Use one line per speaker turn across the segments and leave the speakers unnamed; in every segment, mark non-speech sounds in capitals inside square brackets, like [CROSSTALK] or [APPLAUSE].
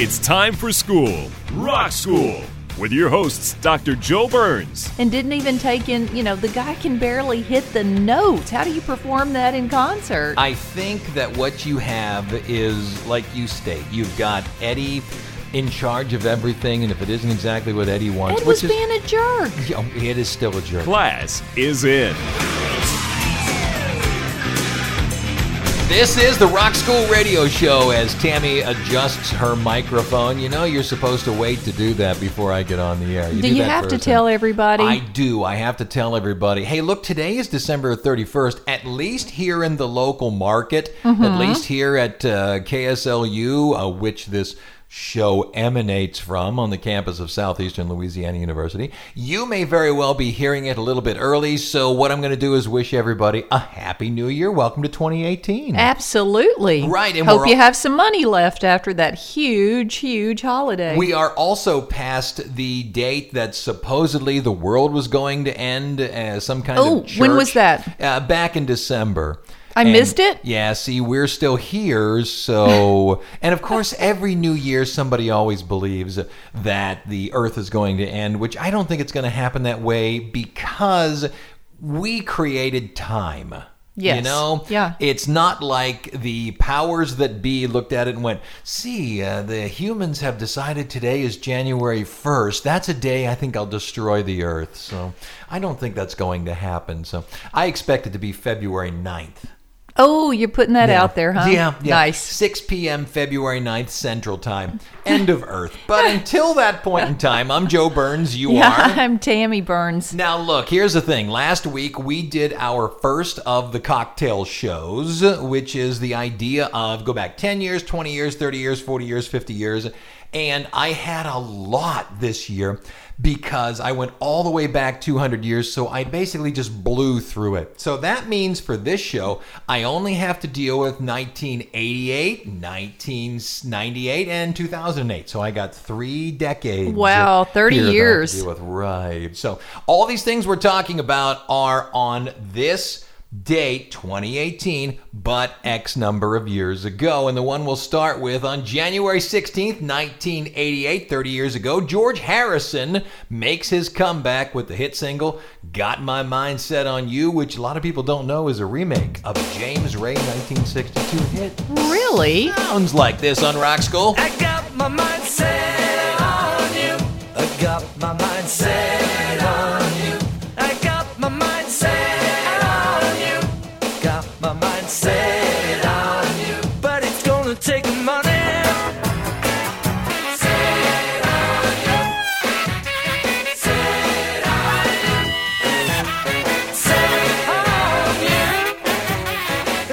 It's time for school, Rock School, with your hosts, Dr. Joe Burns
and didn't even take in, you know, the guy can barely hit the notes. How do you perform that in concert?
I think that what you have is, like you state, you've got Eddie in charge of everything, and if it isn't exactly what Eddie wants,
Ed was
which
being a jerk.
is, Yeah, it is still a jerk.
Class is in.
This is the Rock School Radio Show as Tammy adjusts her microphone. You know, you're supposed to wait to do that before I get on the air.
Do you
that
have to
first.
tell everybody?
I do. I have to tell everybody. Hey, look, today is December 31st. At least here in the local market, at least here at uh, KSLU, uh, which this show emanates from on the campus of Southeastern Louisiana University, you may very well be hearing it a little bit early. So, what I'm going to do is wish everybody a happy new year. Welcome to 2018.
Absolutely.
Right, and
Hope
we're
you
all-
have some money left after that huge, huge holiday.
We are also past the date that supposedly the world was going to end as some kind
Oh,
of
when
church.
was that?
Uh, back in December.
I
And-
missed it?
Yeah, see, we're still
[LAUGHS]
here, so and of course every new year somebody always believes that the earth is going to end, which I don't think it's going to happen that way because we created time. You
Yes.
know?
Yeah.
It's not like the powers that be looked at it and went, see, uh, the humans have decided today is January 1st. That's a day I think I'll destroy the earth. So I don't think that's going to happen. So I expect it to be February 9th.
oh, you're putting that out there, huh?
Yeah, yeah.
Uh-huh. [LAUGHS] Nice.
6 p.m. February 9th Central Time. End of Earth.
[LAUGHS]
But until that point in time, I'm Joe Burns. You
Yeah,
are.
I'm Tammy Burns.
Now, look, here's the thing. Last week, we did our first of the cocktail shows, which is the idea of go back 10 years, 20 years, 30 years, 40 years, 50 years. And I had a lot this year because I went all the way back 200 years, so I basically just blew through it. So that means for this show, I only have to deal with 1988, 1998, and 2008. So I got three decades.
Wow, 30
here that I have to
years.
deal with right. So all these things we're talking about are on this date 2018 but x number of years ago and the one we'll start with on january 16th 1988 30 years ago george harrison makes his comeback with the hit single got my mind set on you which a lot of people don't know is a remake of james ray 1962 hit
Really?
sounds like this on rock school
I got my mind set on you. I got my mind set on you. I got my mind set on you. Got my mind set on you. But it's gonna take money. Set on you.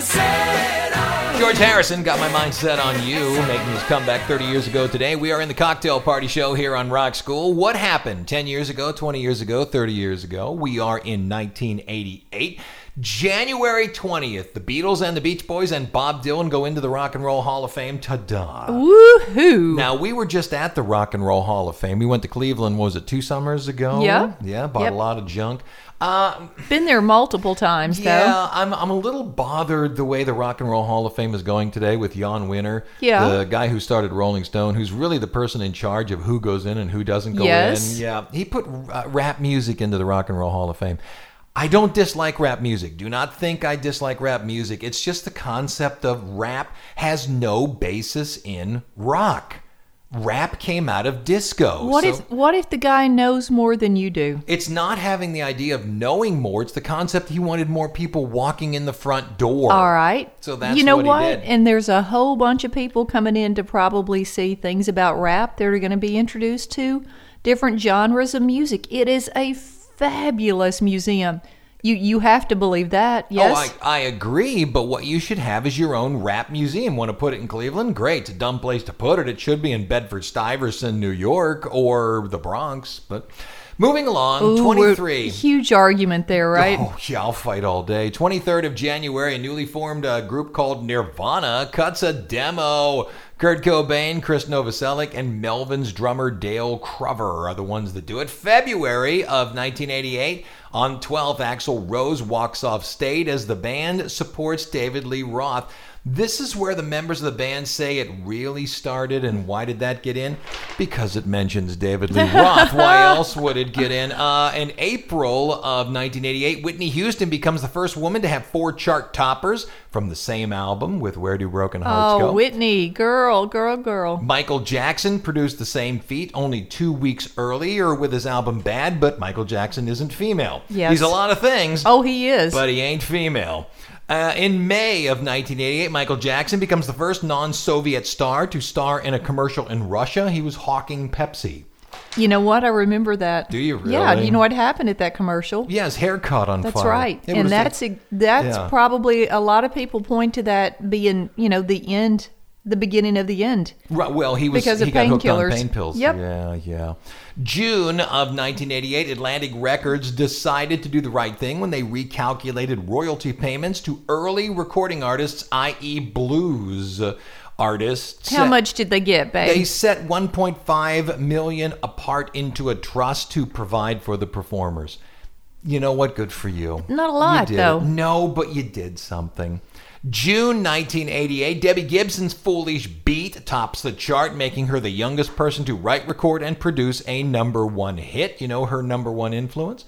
Set on you. Set on you. Set on you.
George Harrison got my mind set on you, making his comeback 30 years ago today. We are in the cocktail party show here on Rock School. What happened 10 years ago, 20 years ago, 30 years ago? We are in 1988. January 20th, the Beatles and the Beach Boys and Bob Dylan go into the Rock and Roll Hall of Fame. Ta da!
Woohoo.
Now we were just at the Rock and Roll Hall of Fame. We went to Cleveland. What was it two summers ago?
Yeah.
yeah. Bought
Yep.
a lot of junk. Uh,
Been there multiple times, though.
yeah, I'm, I'm a little bothered the way the Rock and Roll Hall of Fame is going today with Jan Winner,
Yeah.
the guy who started Rolling Stone, who's really the person in charge of who goes in and who doesn't go
Yes.
in. Yeah, he put uh, rap music into the Rock and Roll Hall of Fame. I don't dislike rap music. Do not think I dislike rap music. It's just the concept of rap has no basis in rock. Rap came out of disco.
What
so-
if what if the guy knows more than you do?
it's not having the idea of knowing more. It's the concept he wanted more people walking in the front door.
All right.
So that's
you know
what he
what?
did.
And there's a whole bunch of people coming in to probably see things about rap that are going to be introduced to different genres of music. It is a fabulous museum. You you have to believe that. Yes.
Oh, I, I agree, but what you should have is your own rap museum. Want to put it in Cleveland? Great. It's a dumb place to put it. It should be in Bedford Stuyvesant, New York, or the Bronx. But moving along,
Ooh, we're-
23.
Huge argument there, right?
[LAUGHS] Oh, yeah, I'll fight all day. 23rd of January, a newly formed uh, group called Nirvana cuts a demo. Kurt Cobain, Chris Novoselic, and Melvin's drummer Dale Crover are the ones that do it. February of 1988, on 12th, Axl Rose walks off stage as the band supports David Lee Roth. This is where the members of the band say it really started, and why did that get in? Because it mentions David Lee
[LAUGHS]
Roth. why else would it get in? Uh, in April of 1988, Whitney Houston becomes the first woman to have four chart toppers from the same album with Where Do Broken Hearts
Oh,
Go?
Whitney, girl, girl, girl.
Michael Jackson produced the same feat only two weeks earlier with his album Bad, but Michael Jackson isn't female.
Yes.
He's a lot of things.
Oh, he is.
But he ain't female. Uh, in May of 1988, Michael Jackson becomes the first non Soviet star to star in a commercial in Russia. He was hawking Pepsi.
you know what? I remember that.
Do you
Yeah.
really?
You know what happened at that commercial?
Yeah, his hair caught on
That's
fire.
right,
It
and
was
that's
the-
ex- that's
Yeah.
probably a lot of people point to that being you know the end, the beginning of the end.
Right, well, he was
because
he
of
got hooked on
painkillers.
pain pills.
Yep.
Yeah, yeah. June of 1988, Atlantic Records decided to do the right thing when they recalculated royalty payments to early recording artists, i.e., blues artists.
How much did they get, babe?
They set 1.5 million apart into a trust to provide for the performers. You know what? Good for you.
Not a
You
lot,
did it.
though.
No, but you did something. June 1988, Debbie Gibson's Foolish Beat tops the chart, making her the youngest person to write, record, and produce a number one hit. You know her number one influence?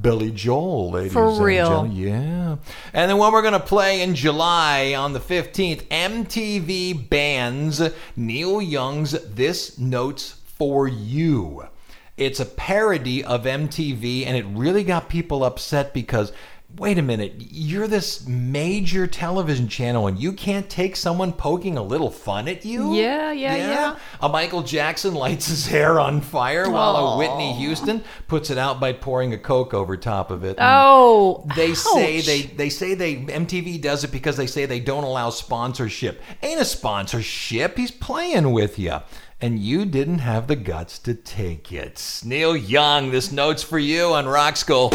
Billy Joel, ladies
For
and
real.
gen- yeah. And then what we're going to play in July on the 15th, MTV bans Neil Young's This Note's For You. It's a parody of MTV, and it really got people upset because. Wait a minute, you're this major television channel and you can't take someone poking a little fun at you?
Yeah, yeah, yeah.
A Michael Jackson lights his hair on fire while a Whitney Houston puts it out by pouring a Coke over top of it. And-
oh,
they say
ouch.
they they say they MTV does it because they say they don't allow sponsorship. Ain't a sponsorship. He's playing with you. And you didn't have the guts to take it. Neil Young, this note's for you on Rock School.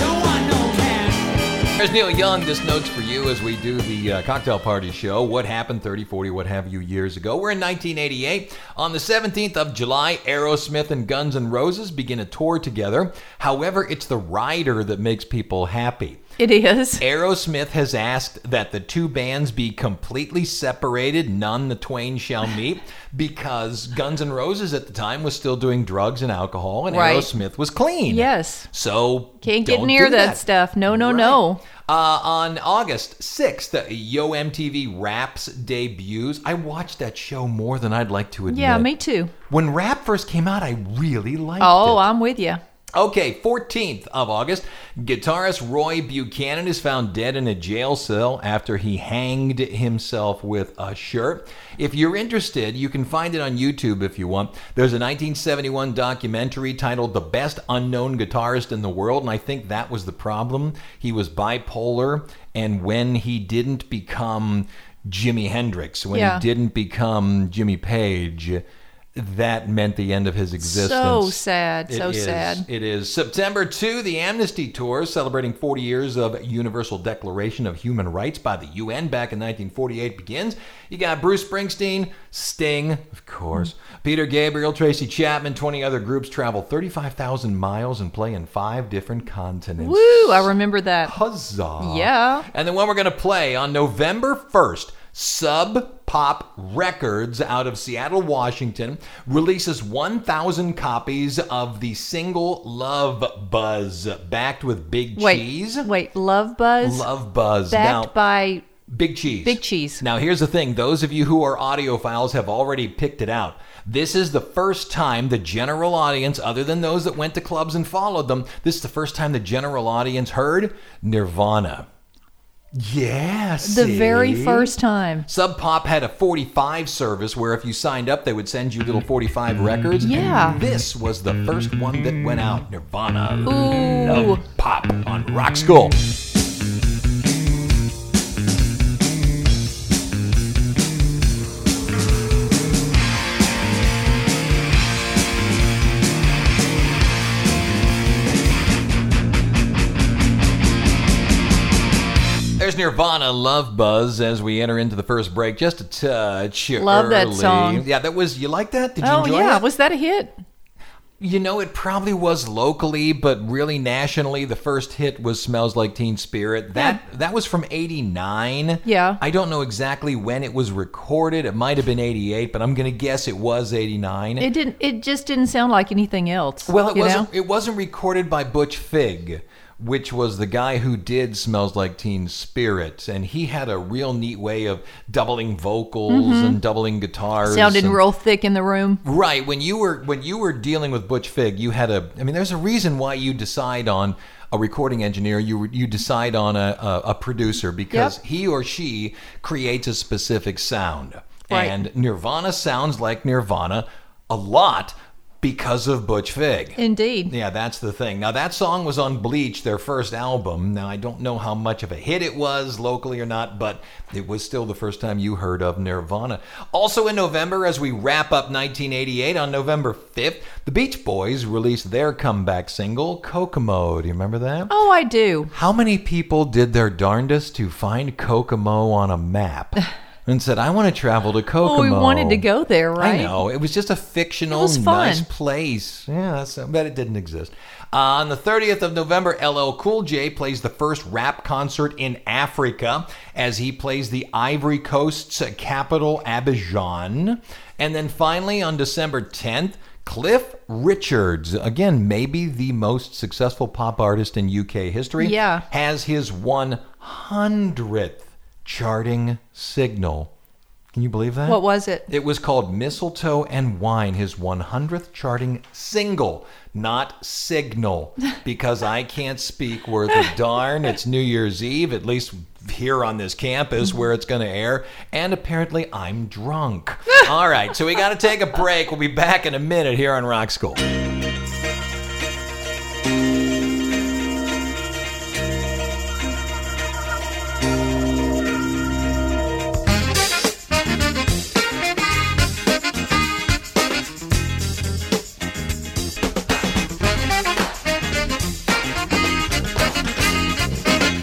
There's Neil Young. This note's for you as we do the uh, cocktail party show. What happened 30, 40, what have you years ago? We're in 1988. On the 17th of July, Aerosmith and Guns N' Roses begin a tour together. However, it's the rider that makes people happy.
it is.
Aerosmith has asked that the two bands be completely separated, none the twain shall meet, because Guns N' Roses at the time was still doing drugs and alcohol, and
Right.
Aerosmith was clean.
Yes.
So
Can't get
don't
near
do
that stuff. No, no, no.
Uh, on August 6th, uh, Yo MTV Raps debuts. I watched that show more than I'd like to admit.
Yeah, me too.
When Rap first came out, I really liked it.
Oh, I'm with you.
Okay, 14th of August, guitarist Roy Buchanan is found dead in a jail cell after he hanged himself with a shirt. If you're interested, you can find it on YouTube if you want. There's a 1971 documentary titled The Best Unknown Guitarist in the World, and I think that was the problem. He was bipolar, and when he didn't become Jimi Hendrix, when
Yeah.
he didn't become Jimmy Page, that meant the end of his existence.
So sad.
It
So
is.
sad.
It is September 2, the Amnesty Tour, celebrating 40 years of Universal Declaration of Human Rights by the UN back in 1948 begins. You got Bruce Springsteen, Sting, of course,
Mm-hmm.
Peter Gabriel, Tracy Chapman, 20 other groups travel 35,000 miles and play in five different continents.
Woo, I remember that.
Oh, Huzzah.
Yeah.
And then one we're going to play on November 1st, Sub Pop Records out of Seattle, Washington, releases 1,000 copies of the single Love Buzz, backed with Big
Wait,
Cheese.
wait. Love Buzz,
Love Buzz.
backed
now,
by
Big Cheese.
Big Cheese.
Now, here's the thing those of you who are audiophiles have already picked it out. This is the first time the general audience, other than those that went to clubs and followed them, this is the first time the general audience heard Nirvana. Yes.
the very first time.
Sub Pop had a 45 service where if you signed up, they would send you little 45 records.
Yeah.
And this was the first one that went out Nirvana
Ooh.
Love Pop on Rock School. There's Nirvana Love Buzz as we enter into the first break. Just a touch.
Love that
early.
song.
Yeah, that was. You like that? Did you
Oh
enjoy
yeah,
it?
was that a hit?
You know, it probably was locally, but really nationally, the first hit was "Smells Like Teen Spirit." That that was from '89.
Yeah.
I don't know exactly when it was recorded. It might have been '88, but I'm gonna guess it was '89.
It didn't. It just didn't sound like anything else.
well, it
you
wasn't.
know?
It wasn't recorded by Butch Vig, which was the guy who did "Smells Like Teen Spirit," and he had a real neat way of doubling vocals and doubling guitars.
Mm-hmm. Sounded
and-
real thick in the room.
Right. When you were when you were dealing with Butch Fig, you had a. I mean, there's a reason why you decide on a recording engineer. You you decide on a a, a producer because
Yep.
he or she creates a specific sound,
Right.
and Nirvana sounds like Nirvana a lot because of Butch Fig.
Indeed.
Yeah, that's the thing. Now that song was on Bleach, their first album. Now I don't know how much of a hit it was locally or not, but it was still the first time you heard of Nirvana. Also in November, as we wrap up 1988, on November 5th, the Beach Boys released their comeback single, Kokomo. Do you remember that?
Oh, I do.
How many people did their darndest to find Kokomo on
[LAUGHS]
a map and said, "I want to travel to Kokomo"?
Well, we wanted to go there, right?
I know. It was just a fictional,
It was fun.
nice place. Yeah, so, but it didn't exist. Uh, on the 30th of November, LL Cool J plays the first rap concert in Africa as he plays the Ivory Coast's capital, Abidjan. And then finally, on December 10th, Cliff Richards, again, maybe the most successful pop artist in UK history,
Yeah.
has his 100th charting signal. Can you believe that?
What was it?
It was called Mistletoe and Wine, his 100th charting single, not signal, because I can't speak worth a darn. It's New Year's Eve, at least here on this campus where it's going to air, and apparently I'm drunk. All right, so we got to take a break. We'll be back in a minute here on Rock School.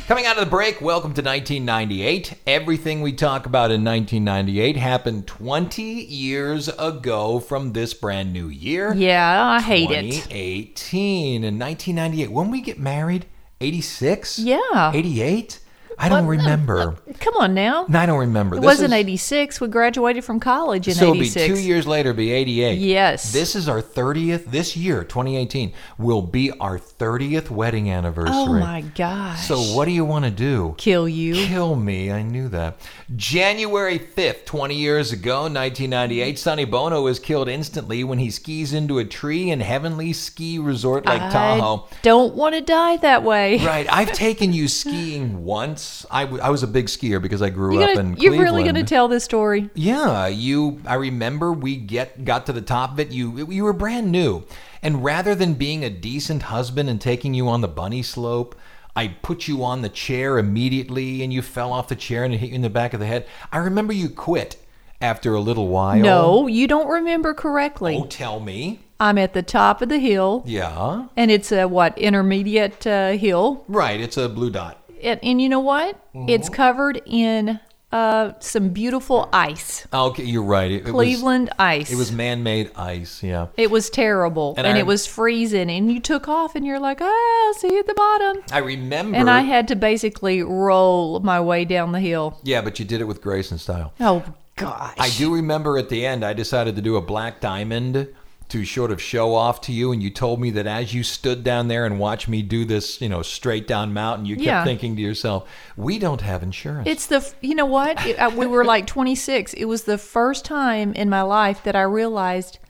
Coming out of the break, welcome to 1998. Everything we talk about in 1998 happened 20 years ago from this brand new year.
Yeah, I hate it.
2018 and 1998. When we get married, 86?
Yeah.
88? I don't remember.
Come on now.
No, I don't remember.
It
This
wasn't
is-
86. We graduated from college in
So it'll be
86.
two years later, it'll be 88.
Yes.
This is our 30th, this year, 2018, will be our 30th wedding anniversary.
oh my gosh.
So what do you want to do?
Kill you.
Kill me. I knew that. January 5th, 20 years ago, 1998, Sonny Bono is killed instantly when he skis into a tree in heavenly ski resort like Tahoe.
I don't want to die that way.
[LAUGHS] Right. I've taken you skiing once. I, w- I was a big skier because I grew
You're,
up
gonna-
in
you're
Cleveland.
really going to tell this story?
Yeah, you. I remember we get got to the top of it. You you were brand new, and rather than being a decent husband and taking you on the bunny slope, I put you on the chair immediately, and you fell off the chair and it hit you in the back of the head. I remember you quit after a little while.
No, you don't remember correctly.
Oh, tell me.
I'm at the top of the hill,
Yeah.
and it's a what intermediate uh, hill,
Right. It's a blue dot.
and, and you know what? It's
Mm-hmm.
covered in uh, some beautiful ice,
Okay, you're right. It, it
Cleveland ice.
Was, it was man-made ice. Yeah.
It was terrible,
And
and,
I-
it was freezing, and you took off, and you're like, ah, see you at the bottom.
I remember.
And I had to basically roll my way down the hill.
Yeah, but you did it with grace and style.
Oh gosh!
I do remember at the end, I decided to do a black diamond to sort of show off to you, and you told me that as you stood down there and watched me do this, you know, straight down mountain, you kept
Yeah.
thinking to yourself, "We don't have insurance."
It's the f- you know what It- I- we were
[LAUGHS]
like 26. It was the first time in my life that I realized,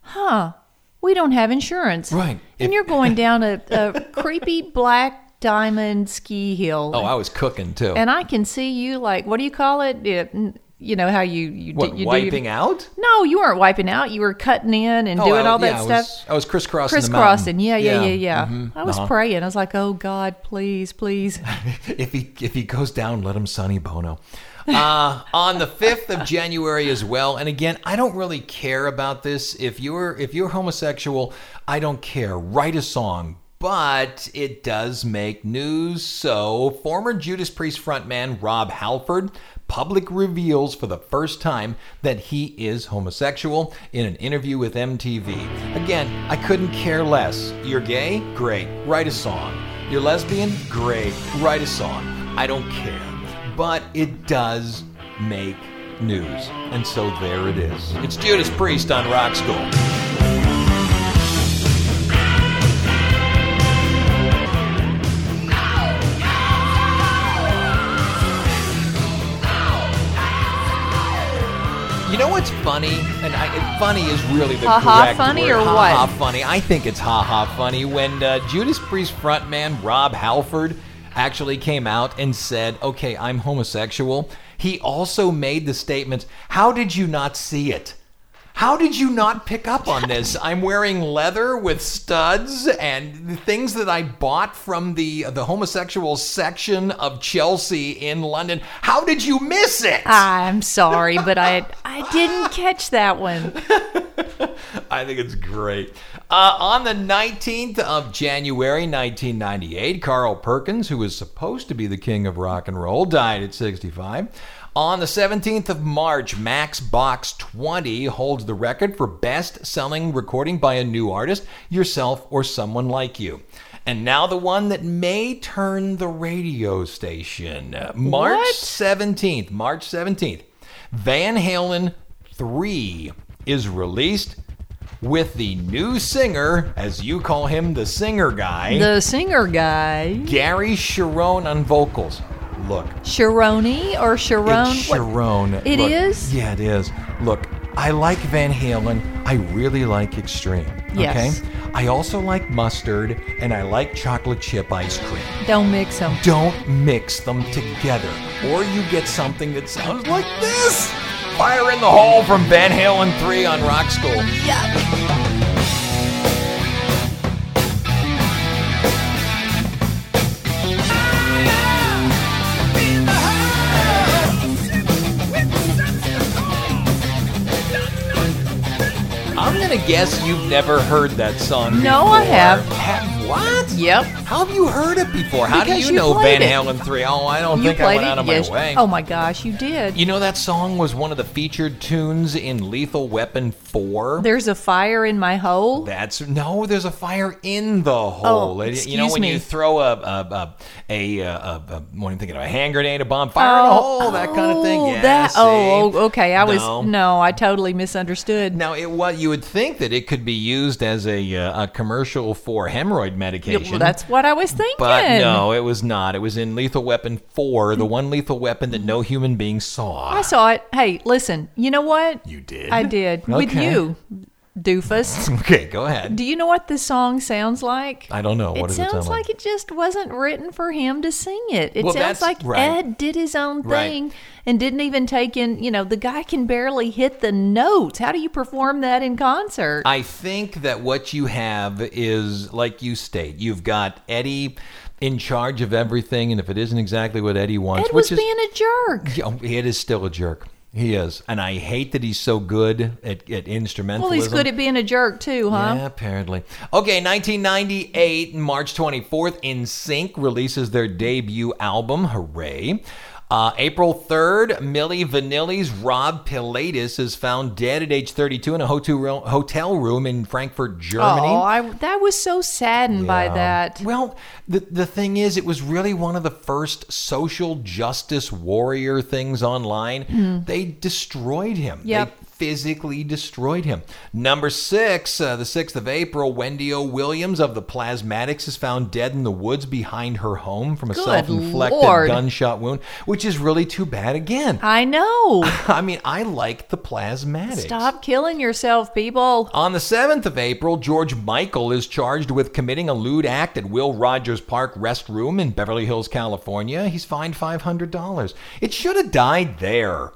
huh, we don't have insurance,
Right.
And
If-
you're going down a, a creepy black diamond ski hill.
Oh, I was cooking too.
and I can see you like what do you call it? It- you know how you you,
what,
do, you
wiping
do,
out? Oh,
No, you weren't wiping out. You were cutting in and doing
I-
all that
uh, yeah, I
stuff.
was, I was crisscrossing. the mountain.
Crisscrossing, yeah, yeah, yeah, yeah.
mhm,
I was
uh-huh.
praying. I was like, "Oh God, please, please."
[LAUGHS] If he if he goes down, let him Sonny Bono. Uh, on the fifth of January as well. And again, I don't really care about this. If you're if you're homosexual, I don't care. Write a song. But it does make news. So former Judas Priest frontman Rob Halford public reveals for the first time that he is homosexual in an interview with MTV. Again, I couldn't care less. You're gay? Great. Write a song. You're lesbian? Great. Write a song. I don't care. But it does make news. And so there it is. It's Judas Priest on Rock School. You know what's funny? And I, funny is really the
Ha ha
correct
funny
word.
or
Ha
what?
ha funny. I think it's ha ha funny when uh, Judas Priest frontman Rob Halford actually came out and said, "Okay, I'm homosexual." He also made the statement, "How did you not see it?" How did you not pick up on this? I'm wearing leather with studs and the things that I bought from the the homosexual section of Chelsea in London. How did you miss it?
I'm sorry, but I I didn't catch that one.
[LAUGHS] I think it's great. Uh, on the 19th of January 1998, Carl Perkins, who was supposed to be the king of rock and roll, died at 65. On the 17th of March, Max Box 20 holds the record for best selling recording by a new artist, yourself, or someone like you. And now the one that may turn the radio station. Uh, March
What?
17th, March 17th, Van Halen 3 is released with the new singer, as you call him, the singer guy,
The singer guy,
Gary Sharon on vocals. Look,
Sharoni or Sharon?
it's
what-
Sharon.
It
Look,
is?
Yeah, it is. Look, I like Van Halen. I really like Extreme.
Yes.
Okay? I also like mustard and I like chocolate chip ice cream.
Don't mix them.
Don't mix them together, or you get something that sounds like this. Fire in the Hole from Van Halen 3 on Rock School. I'm gonna guess you've never heard that song.
No, I
before.
have.
Have what?
Yep.
How have you heard it before? How
Because
do you,
you
know Van
played it.
Halen 3? Oh, I don't
You
think I
played
went
it.
out of
yes.
my way.
Oh my gosh, you did.
You know that song was one of the featured tunes in Lethal Weapon 4?
There's a fire in my hole.
That's no. There's a fire in the hole. It- you know
Oh, excuse
when
me.
you throw a a a, a, a, a, a what am I thinking of a hand grenade, a bomb, fire in a hole, that kind of thing.
Oh,
Yeah,
that. Oh,
see?
oh, okay. I was
No.
no. I totally misunderstood.
Now, it, what you would think that it could be used as a, uh, a commercial for hemorrhoid
Yeah,
medication.
well, that's what I was thinking.
But no, it was not. It was in Lethal Weapon 4, the one lethal weapon that no human being saw.
Mm. I saw it. Hey, listen. You know what?
You did?
I did with
Okay.
you, doofus.
[LAUGHS] Okay, go ahead.
Do you know what this song sounds like?
I don't know. What
it
does
sounds
it sound
like? it just wasn't written for him to sing it. It
Well,
sounds
that's
like
right.
Ed did his own
Right.
thing and didn't even take in. You know, the guy can barely hit the notes. How do you perform that in concert?
I think that what you have is, like you state, you've got Eddie in charge of everything, and if it isn't exactly what Eddie wants,
Ed
which
was
is [LAUGHS]
being a jerk.
Yeah, it is still a jerk. He is, and I hate that he's so good at, at instrumentalism.
Well, he's good at being a jerk too, huh?
Yeah, apparently. Okay, 1998, March 24th, In Sync releases their debut album. Hooray! Uh, April 3rd, Millie Vanilli's Rob Pilatus is found dead at age 32 in a hotel room, hotel room in Frankfurt, Germany.
Oh, I that was so saddened by
Yeah.
that.
Well, the the thing is, it was really one of the first social justice warrior things online. They destroyed him. They
Hmm. Yep.
physically destroyed him. Number six, uh, the 6th of April, Wendy O. Williams of the Plasmatics is found dead in the woods behind her home from a
Good
self inflicted
Lord. Ah.
gunshot wound, which is really too bad again.
I know. [LAUGHS]
I mean, I like the Plasmatics.
Stop killing yourself, people.
On the 7th of April, George Michael is charged with committing a lewd act at Will Rogers Park restroom in Beverly Hills, California. He's fined $500. It should have died there.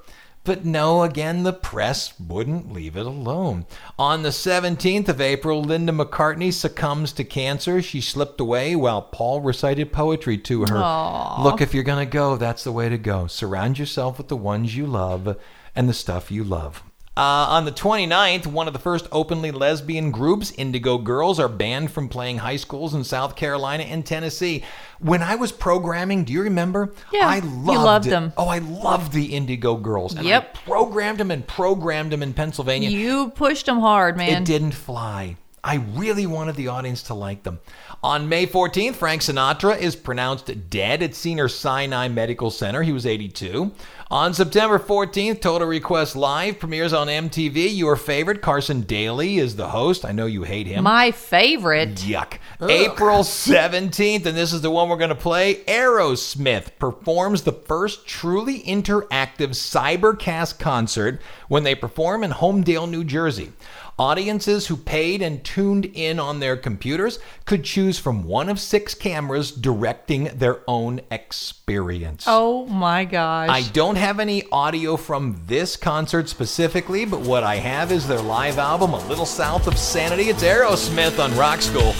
But no, again, the press wouldn't leave it alone. On the 17th of April, Linda McCartney succumbs to cancer. She slipped away while Paul recited poetry to her. Look, if you're going to go, that's the way to go. Surround yourself with the ones you love and the stuff you love. Uh, on the 29th, one of the first openly lesbian groups, Indigo Girls, are banned from playing high schools in South Carolina and Tennessee. When I was programming, do you remember?
Yeah,
I
you
loved,
loved them.
Oh, I loved the Indigo Girls. And
Yep.
I programmed them and programmed them in Pennsylvania.
You pushed them hard, man.
It didn't fly. I really wanted the audience to like them. On May 14th, Frank Sinatra is pronounced dead at Senior Sinai Medical Center. He was 82. On September 14th, Total Request Live premieres on MTV. Your favorite, Carson Daly, is the host. I know you hate him.
My favorite.
Yuck. April 17th, and this is the one we're going to play. Aerosmith performs the first truly interactive cybercast concert when they perform in Homedale, New Jersey. Audiences who paid and tuned in on their computers could choose from one of six cameras directing their own experience.
Oh my gosh.
I don't have any audio from this concert specifically, but what I have is their live album, A Little South of Sanity. It's Aerosmith on Rock School.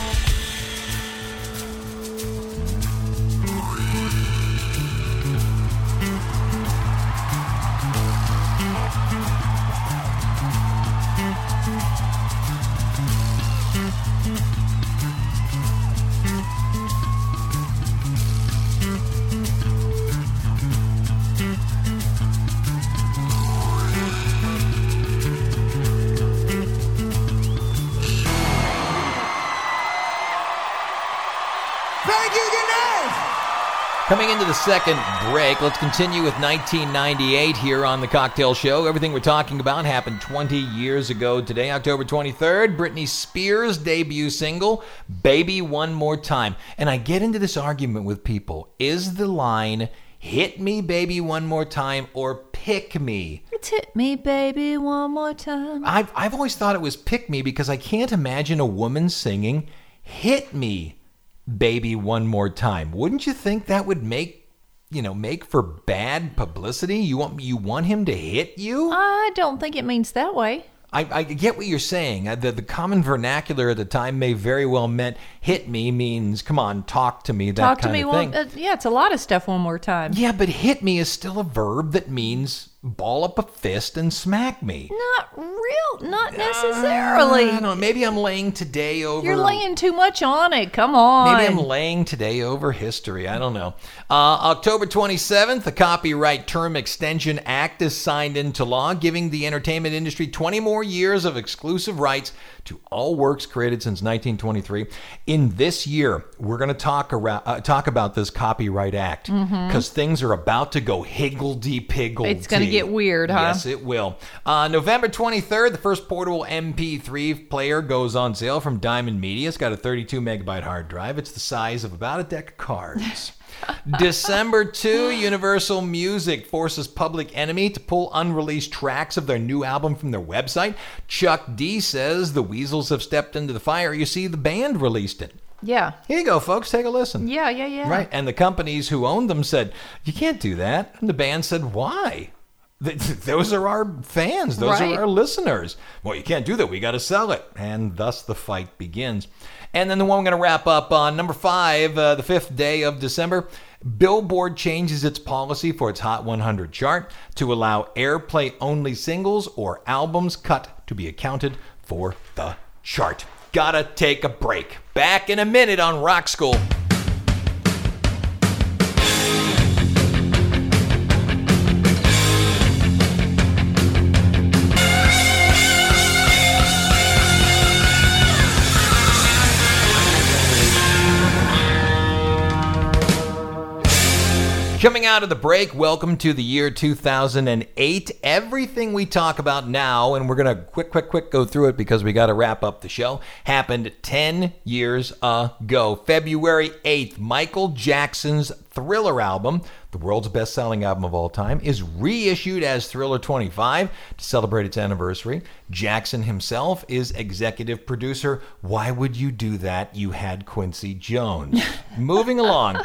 Thank you, good night.
Coming into the second break, let's continue with 1998 here on The Cocktail Show. Everything we're talking about happened 20 years ago today, October 23rd. Britney Spears' debut single, Baby One More Time. And I get into this argument with people. Is the line, hit me, baby, one more time, or pick me?
It's hit me, baby, one more time.
I've, I've always thought it was pick me because I can't imagine a woman singing hit me baby one more time. Wouldn't you think that would make you know make for bad publicity? You want you want him to hit you?
I don't think it means that way.
I, I get what you're saying. Uh, The, the common vernacular at the time may very well meant hit me means come on talk to me that
Talk to
kind
me
of
one.
thing.
Uh, yeah, it's a lot of stuff one more time.
yeah, but hit me is still a verb that means ball up a fist and smack me.
Not real. Not necessarily.
I don't know, maybe I'm laying today over
You're laying too much on it. Come on.
Maybe I'm laying today over history. I don't know. Uh, October 27th, the Copyright Term Extension Act is signed into law, giving the entertainment industry 20 more years of exclusive rights to all works created since 1923. In this year, we're going to talk around, uh, talk about this Copyright Act because things are about to go higgledy piggledy.
It's gonna get weird, huh?
Yes, it will. Uh, November 23rd, the first portable MP3 player goes on sale from Diamond Media. It's got a 32 megabyte hard drive. It's the size of about a deck of cards.
[LAUGHS]
December 2, Universal Music forces Public Enemy to pull unreleased tracks of their new album from their website. Chuck D says the Weasels have stepped into the fire. You see, the band released it.
yeah.
Here you go, folks. Take a listen.
Yeah. Yeah. Yeah.
Right. And the companies who owned them said, You can't do that. And the band said, Why? [LAUGHS] Th- th- Those are our fans. Those
Right.
are our listeners. Well, you can't do that. We got to sell it. And thus the fight begins. And then the one we're going to wrap up on number five, uh, the fifth day of December, Billboard changes its policy for its Hot 100 chart to allow airplay only singles or albums cut to be accounted for the chart. Gotta take a break. Back in a minute on Rock School. Coming out of the break, welcome to the year 2008. Everything we talk about now, and we're going to quick, quick, quick go through it because we got to wrap up the show, happened 10 years ago. February 8th, Michael Jackson's Thriller album, the world's best selling album of all time, is reissued as Thriller 25 to celebrate its anniversary. Jackson himself is executive producer. Why would you do that? You had Quincy Jones. Moving along.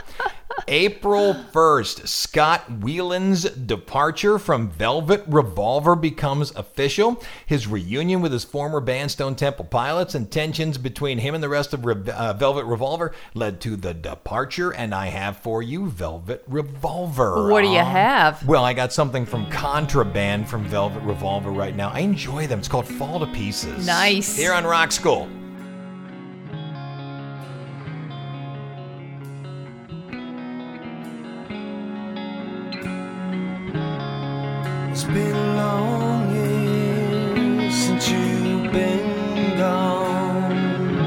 April 1st, Scott Whelan's departure from Velvet Revolver becomes official. His reunion with his former band Stone Temple Pilots and tensions between him and the rest of Re- uh, Velvet Revolver led to the departure. And I have for you Velvet Revolver.
What do you have?
Well, I got something from Contraband from Velvet Revolver right now. I enjoy them. It's called Fall to Pieces.
Nice.
Here on Rock School.
It's been a long year since you've been gone.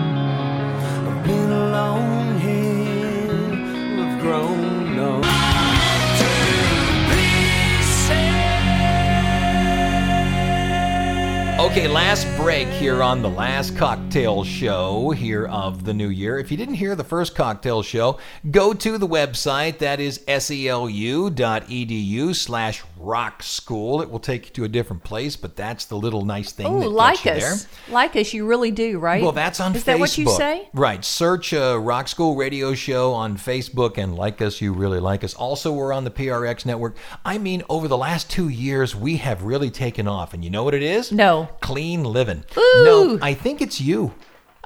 I've been alone here, I've grown old. To pieces.
Okay, last break here on the last cocktail show here of the new year. If you didn't hear the first cocktail show, go to the website that is E selu.edu E slash rock school. It will take you to a different place, but that's the little nice thing.
Oh,
that
like
gets you
us.
there.
Like us, you really do, right?
Well, that's on
Is
Facebook.
that what you say?
Right. Search uh, Rock School Radio Show on Facebook and like us. You really like us. Also, we're on the PRX network. I mean, over the last two years, we have really taken off. And you know what it is?
No.
Clean living.
Ooh.
No, I think it's you.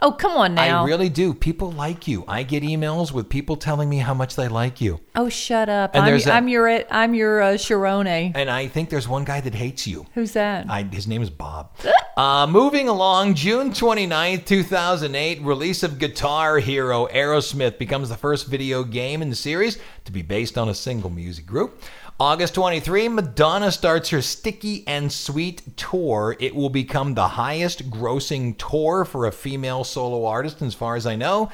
Oh, come on now.
I really do. People like you. I get emails with people telling me how much they like you.
oh, shut up.
And
I'm,
there's a-
I'm your I'm your uh, Sharone.
And I think there's one guy that hates you.
Who's that?
I, his name is Bob. [LAUGHS] Uh, moving along, June 29th, 2008, release of Guitar Hero Aerosmith becomes the first video game in the series to be based on a single music group. August 23, Madonna starts her Sticky and Sweet tour. It will become the highest grossing tour for a female solo artist, as far as I know.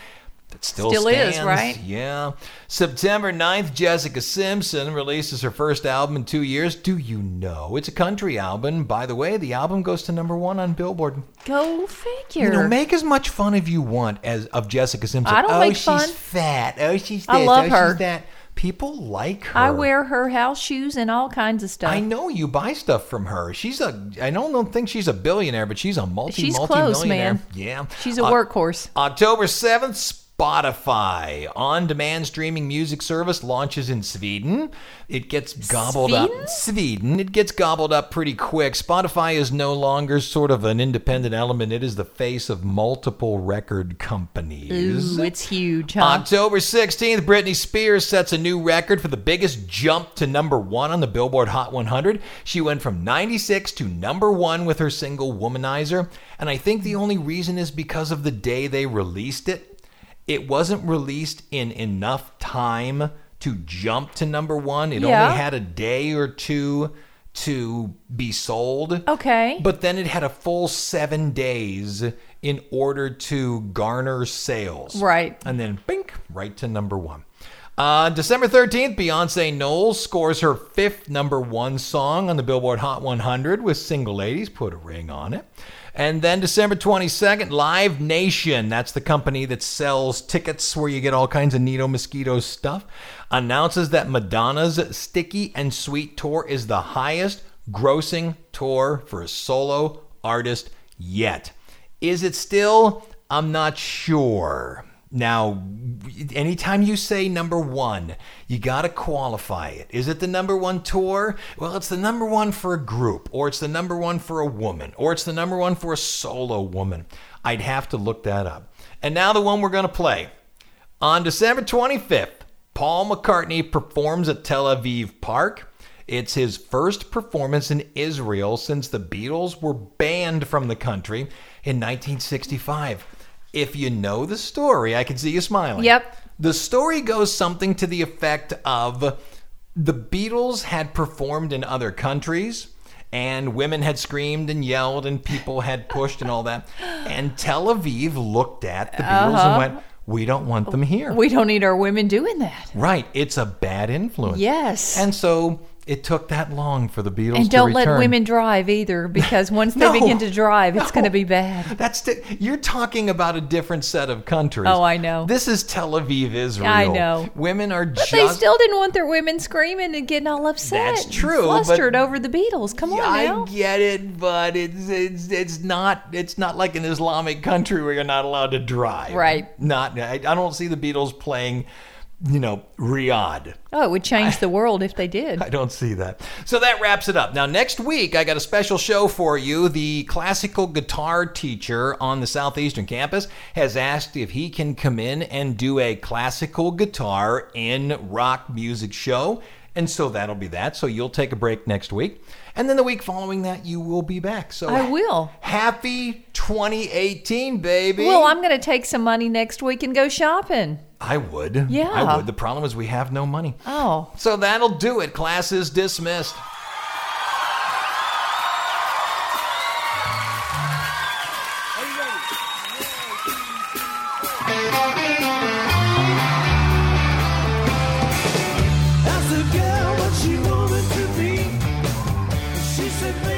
That still,
Still is,
stands.
right?
Yeah. September 9th, Jessica Simpson releases her first album in two years. Do you know? It's a country album. By the way, the album goes to number one on Billboard.
Go figure.
You know, make as much fun of you want as of Jessica Simpson.
I don't
oh,
make
she's
fun.
fat. Oh, she's this.
I love
oh,
her.
she's that. People like her.
I wear her house shoes and all kinds of stuff.
I know you buy stuff from her. She's a. I don't, don't think she's a billionaire, but she's a multi
She's
multi millionaire.
close, man.
Yeah,
She's a
Uh,
workhorse.
October 7th, Spotify, on demand streaming music service, launches in Sweden. It gets gobbled
Sweden?
up. Sweden. It gets gobbled up pretty quick. Spotify is no longer sort of an independent element, it is the face of multiple record companies.
Ooh, it's huge, huh?
October 16th, Britney Spears sets a new record for the biggest jump to number one on the Billboard Hot 100. She went from 96 to number one with her single Womanizer. And I think the only reason is because of the day they released it. It wasn't released in enough time to jump to number one, it
Yeah.
only had a day or two to be sold.
okay.
But then it had a full seven days in order to garner sales.
Right.
And then bink, right to number one. Uh, December 13th, Beyonce Knowles scores her fifth number one song on the Billboard Hot 100 with Single Ladies, Put a Ring on It. And then December 22nd, Live Nation, that's the company that sells tickets where you get all kinds of neato mosquito stuff, announces that Madonna's Sticky and Sweet tour is the highest grossing tour for a solo artist yet. Is it still? I'm not sure. Now, anytime you say number one, you got to qualify it. Is it the number one tour? Well, it's the number one for a group, or it's the number one for a woman, or it's the number one for a solo woman. I'd have to look that up. And now, the one we're going to play. On December 25th, Paul McCartney performs at Tel Aviv Park. It's his first performance in Israel since the Beatles were banned from the country in 1965. If you know the story, I can see you smiling.
Yep.
The story goes something to the effect of the Beatles had performed in other countries and women had screamed and yelled and people had pushed and all that. And Tel Aviv looked at the Beatles and went, We don't want them here.
Uh-huh. We don't need our women doing that.
right. It's a bad influence.
Yes.
And so it took that long for the Beatles
And
to
don't let
return.
women drive either, because once
[LAUGHS] No.
they begin to drive, it's
No.
going to
[LAUGHS]
be bad.
That's the, you're talking about a different set of countries.
Oh, I know.
This is Tel Aviv, Israel.
I know.
Women are
But
just
they still didn't want their women screaming and getting all upset.
That's
and
true, but-
Flustered over the Beatles. Come
Yeah,
on now.
I get it, but it's it's it's not it's not like an Islamic country where you're not allowed to drive.
Right.
Not I, I don't see the Beatles playing, you know, Riyadh.
Oh, it would change the world if they did.
[LAUGHS] I don't see that. So that wraps it up. Now, next week, I got a special show for you. The classical guitar teacher on the Southeastern campus has asked if he can come in and do a classical guitar in rock music show. And so that'll be that. So you'll take a break next week. And then the week following that, you will be back. So
I will.
Happy 2018, baby.
Well, I'm going to take some money next week and go shopping.
I would.
Yeah.
I would. The problem is we have no money.
Oh.
So that'll do it. Class is dismissed.
Asked the girl what she wanted to be. She said,